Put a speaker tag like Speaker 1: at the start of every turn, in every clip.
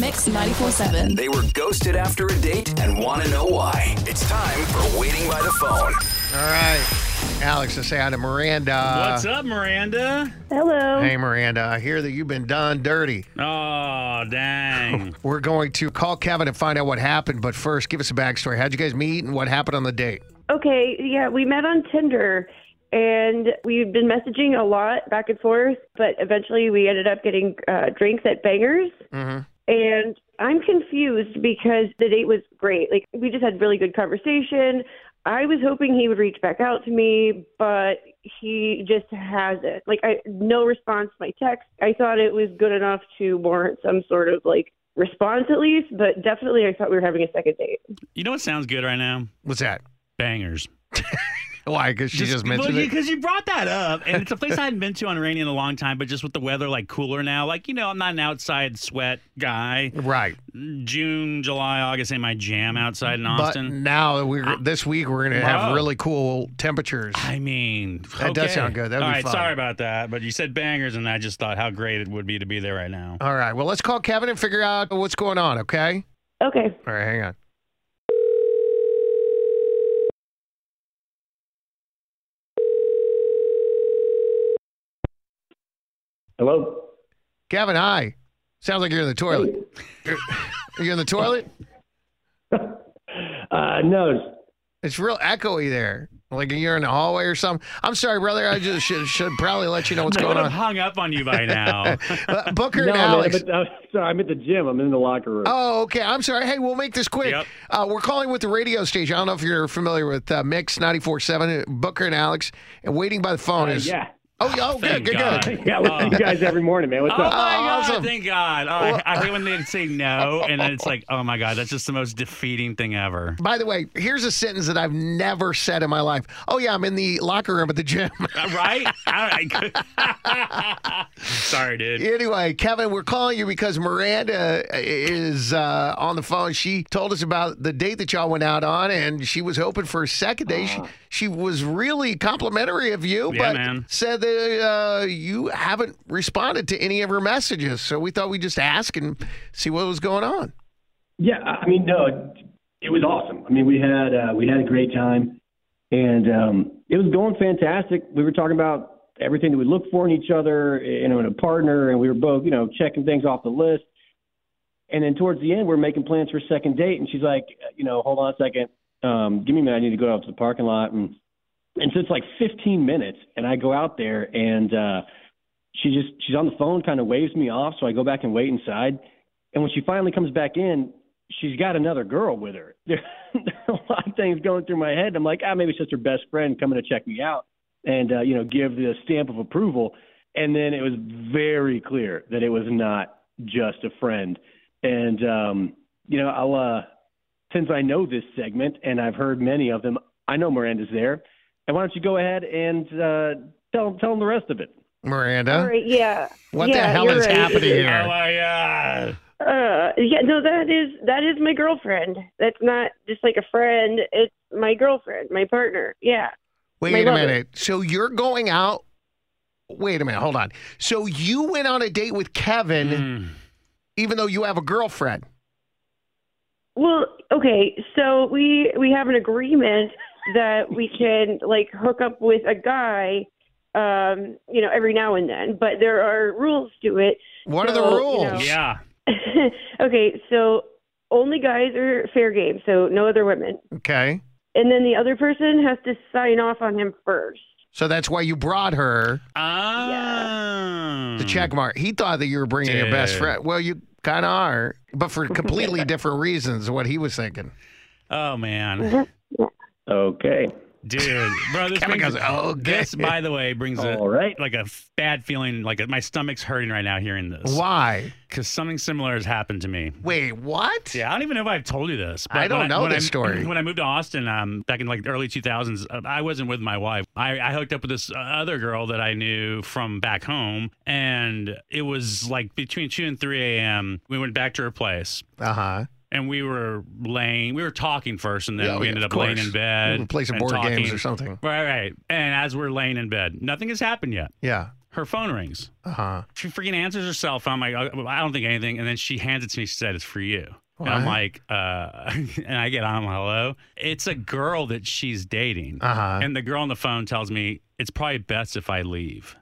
Speaker 1: Mix 94.7.
Speaker 2: They were ghosted after a date and want to know why. It's time for Waiting by the Phone.
Speaker 3: All right. Alex, let's say hi to Miranda.
Speaker 4: What's up, Miranda?
Speaker 5: Hello.
Speaker 3: Hey, Miranda. I hear that you've been done dirty.
Speaker 4: Oh, dang.
Speaker 3: We're going to call Kevin and find out what happened. But first, give us a backstory. How'd you guys meet and what happened on the date?
Speaker 5: Okay, yeah, we met on Tinder and we've been messaging a lot back and forth, but eventually we ended up getting uh, drinks at Bangers. And I'm confused because the date was great. Like, we just had really good conversation. I was hoping he would reach back out to me, but he just hasn't. Like, I no response to my text. I thought it was good enough to warrant some sort of like response at least, but definitely I thought we were having a second date.
Speaker 4: You know what sounds good right now?
Speaker 3: What's that?
Speaker 4: Bangers.
Speaker 3: Why? Because she just, mentioned it.
Speaker 4: Because you brought that up. And it's a place I hadn't been to on rainy in a long time, but just with the weather like cooler now, like, you know, I'm not an outside sweat guy.
Speaker 3: Right.
Speaker 4: June, July, August ain't my jam outside in
Speaker 3: But
Speaker 4: Austin. Ah.
Speaker 3: now that we're this week we're gonna have
Speaker 4: Wow.
Speaker 3: really cool temperatures.
Speaker 4: I mean,
Speaker 3: That does
Speaker 4: okay.
Speaker 3: sound good. That'd
Speaker 4: All
Speaker 3: be
Speaker 4: right,
Speaker 3: fun.
Speaker 4: sorry about that, but you said bangers, and I just thought how great it would be to be there right now.
Speaker 3: All right. Well, let's call Kevin and figure out what's going on. Okay.
Speaker 5: Okay.
Speaker 3: All right. Hang on.
Speaker 6: Hello.
Speaker 3: Kevin, hi. Sounds like you're in the toilet. You're, you in the toilet?
Speaker 6: Uh, no,
Speaker 3: It's real echoey there. Like you're in the hallway or something. I'm sorry, brother. I just should, should probably let you know what's
Speaker 4: I would
Speaker 3: going
Speaker 4: have
Speaker 3: on.
Speaker 4: hung up on you by now.
Speaker 3: Uh, Booker
Speaker 6: no,
Speaker 3: and
Speaker 6: man,
Speaker 3: Alex.
Speaker 6: but, uh, sorry, I'm at the gym. I'm in the locker room.
Speaker 3: Oh, okay. I'm sorry. Hey, we'll make this quick.
Speaker 4: Yep.
Speaker 3: Uh, we're calling with the radio station. I don't know if you're familiar with uh, Mix 94.7, Booker and Alex, and waiting by the phone
Speaker 6: Uh,
Speaker 3: is.
Speaker 6: yeah,
Speaker 3: Oh, yeah, oh good,
Speaker 4: Thank
Speaker 3: good,
Speaker 4: God.
Speaker 3: good.
Speaker 6: yeah. I listen to you guys every morning, man. What's
Speaker 4: Oh my
Speaker 6: up?
Speaker 4: god!
Speaker 3: awesome.
Speaker 4: Thank God. Oh, I, I hate when they say no, and then it's like, oh my god, that's just the most defeating thing ever.
Speaker 3: By the way, here's a sentence that I've never said in my life. Oh, yeah, I'm in the locker room at the gym.
Speaker 4: Uh, Right? I- I- Sorry, dude.
Speaker 3: anyway, Kevin, we're calling you because Miranda is uh, on the phone. She told us about the date that y'all went out on, and she was hoping for a second date.
Speaker 5: Ah.
Speaker 3: She, she was really complimentary of you,
Speaker 4: Yeah,
Speaker 3: but
Speaker 4: man.
Speaker 3: said that uh, you haven't responded to any of her messages. So we thought we'd just ask and see what was going on.
Speaker 6: Yeah, I I mean, no, it was awesome. I mean, we had uh, we had a great time, and um, it was going fantastic. We were talking about everything that we look for in each other, you know, in a partner, and we were both, you know, checking things off the list. And then towards the end, we're making plans for a second date, and she's like, you know, hold on a second, um, give me a minute, I need to go out to the parking lot, and and so it's like 15 minutes, and I go out there, and uh, she just she's on the phone, kind of waves me off, so I go back and wait inside, and when she finally comes back in, she's got another girl with her. There, there are a lot of things going through my head. I'm like, ah, maybe it's just her best friend coming to check me out and uh, you know give the stamp of approval. And then it was very clear that it was not just a friend. And um, you know, I'll uh, since I know this segment and I've heard many of them, I know Miranda's there. And why don't you go ahead and uh, tell tell them the rest of it?
Speaker 3: Miranda,
Speaker 5: All right, yeah.
Speaker 3: what the
Speaker 5: Yeah,
Speaker 3: hell
Speaker 5: you're
Speaker 3: is
Speaker 5: right.
Speaker 3: happening here?
Speaker 4: Oh my god.
Speaker 5: Uh, yeah, no, that is that is my girlfriend. That's not just like a friend. It's my girlfriend, my partner. Yeah.
Speaker 3: Wait
Speaker 5: My
Speaker 3: a
Speaker 5: brother.
Speaker 3: minute. So you're going out. Wait a minute. Hold on. So you went on a date with Kevin,
Speaker 4: Mm.
Speaker 3: even though you have a girlfriend.
Speaker 5: Well, okay, so we we have an agreement that we can like hook up with a guy, um, you know, every now and then. But there are rules to it.
Speaker 3: What are
Speaker 5: So,
Speaker 3: the
Speaker 5: you
Speaker 3: rules?
Speaker 5: know-
Speaker 4: Yeah.
Speaker 5: okay, so only guys are fair game, so no other women.
Speaker 3: Okay.
Speaker 5: And then the other person has to sign off on him first.
Speaker 3: So that's why you brought her
Speaker 4: Ah.
Speaker 3: the
Speaker 4: Hmm.
Speaker 3: check mark. He thought that you were bringing your best
Speaker 4: Dude.
Speaker 3: friend. Well, you kind of are, but for completely different reasons. What he was thinking.
Speaker 4: Oh man.
Speaker 6: Okay.
Speaker 4: oh, Dude, bro, this,
Speaker 3: Kevin
Speaker 4: brings,
Speaker 3: goes, "Oh, okay."
Speaker 4: this, by the way, brings a,
Speaker 6: All right.
Speaker 4: like a f- bad feeling. Like my stomach's hurting right now hearing this.
Speaker 3: Why?
Speaker 4: Because something similar has happened to me.
Speaker 3: Wait, what?
Speaker 4: Yeah, I don't even know if I've told you this.
Speaker 3: I don't
Speaker 4: when
Speaker 3: know
Speaker 4: when
Speaker 3: this story.
Speaker 4: When I moved to Austin um, back in like the early 2000s, uh, I wasn't with my wife. I, I hooked up with this uh, other girl that I knew from back home, and it was like between 2 and 3 a.m. We went back to her place,
Speaker 3: Uh huh.
Speaker 4: and we were laying, we were talking first, and then
Speaker 3: Yeah,
Speaker 4: we
Speaker 3: yeah,
Speaker 4: ended
Speaker 3: of
Speaker 4: up laying
Speaker 3: course.
Speaker 4: in bed.
Speaker 3: We would play some
Speaker 4: and
Speaker 3: board
Speaker 4: talking.
Speaker 3: games or something.
Speaker 4: Right, right. And as we're laying in bed, nothing has happened yet.
Speaker 3: Yeah.
Speaker 4: Her phone rings.
Speaker 3: Uh huh.
Speaker 4: She freaking answers her cell phone. I'm like, "Oh, I don't think anything. And then she hands it to me. She said, it's for you. And I'm
Speaker 3: What?
Speaker 4: like, uh, and I get on, I'm like, hello. It's a girl that she's dating.
Speaker 3: Uh-huh.
Speaker 4: And the girl on the phone tells me, it's probably best if I leave.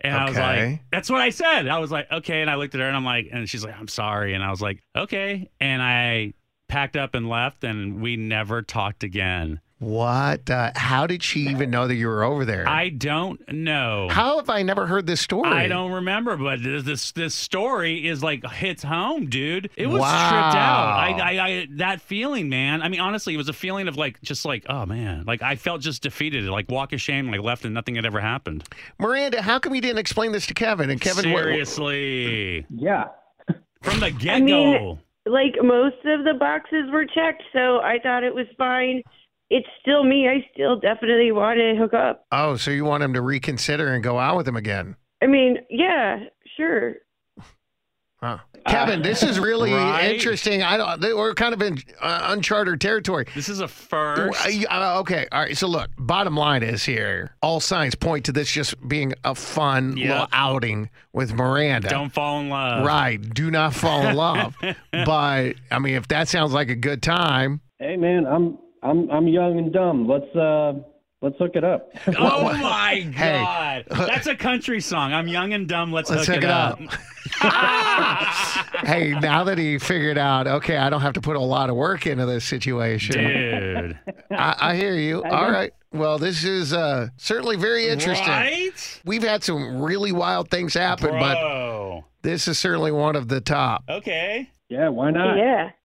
Speaker 4: And I was
Speaker 3: Okay.
Speaker 4: like, that's what I said. I was like, okay. And I looked at her and I'm like, and she's like, I'm sorry. And I was like, okay. And I packed up and left and we never talked again.
Speaker 3: What? Uh, how did she even know that you were over there?
Speaker 4: I don't know.
Speaker 3: how have I never heard this story?
Speaker 4: I don't remember, but this this, this story is like hits home, dude. It was
Speaker 3: Wow.
Speaker 4: stripped out. I, I, I that feeling, man. I mean, honestly, it was a feeling of like just like oh man, like I felt just defeated, like walk of shame, like left and nothing had ever happened.
Speaker 3: Miranda, how come you didn't explain this to Kevin? And Kevin, what-
Speaker 4: seriously,
Speaker 6: Yeah.
Speaker 4: from the
Speaker 5: I
Speaker 4: get
Speaker 5: mean,
Speaker 4: go.
Speaker 5: like most of the boxes were checked, so I thought it was fine. It's still me. I still definitely want to hook up.
Speaker 3: oh, so you want him to reconsider and go out with him again?
Speaker 5: I mean, yeah, sure.
Speaker 3: Huh. Kevin, this is really
Speaker 4: Right?
Speaker 3: interesting. I don't. they- We're kind of in uh, uncharted territory.
Speaker 4: this is a first.
Speaker 3: Uh, you- uh, okay, all right. So look, bottom line is here. All signs point to this just being a fun
Speaker 4: Yeah.
Speaker 3: little outing with Miranda.
Speaker 4: Don't uh, fall in love.
Speaker 3: right? Do not fall in love. but I mean, if that sounds like a good time,
Speaker 6: Hey man, I'm I'm I'm young and dumb. Let's uh let's hook it up.
Speaker 4: Oh my God! That's a country song. I'm young and dumb. Let's,
Speaker 3: Let's hook it up. hey, now that he figured out, okay, I don't have to put a lot of work into this situation.
Speaker 4: dude.
Speaker 3: I, I hear you. All right. Well, this is uh, certainly very interesting.
Speaker 4: Right?
Speaker 3: We've had some really wild things happen, but
Speaker 4: Bro.
Speaker 3: this is certainly one of the top.
Speaker 4: Okay.
Speaker 6: Yeah, why
Speaker 7: Uh,
Speaker 6: not?
Speaker 5: Yeah.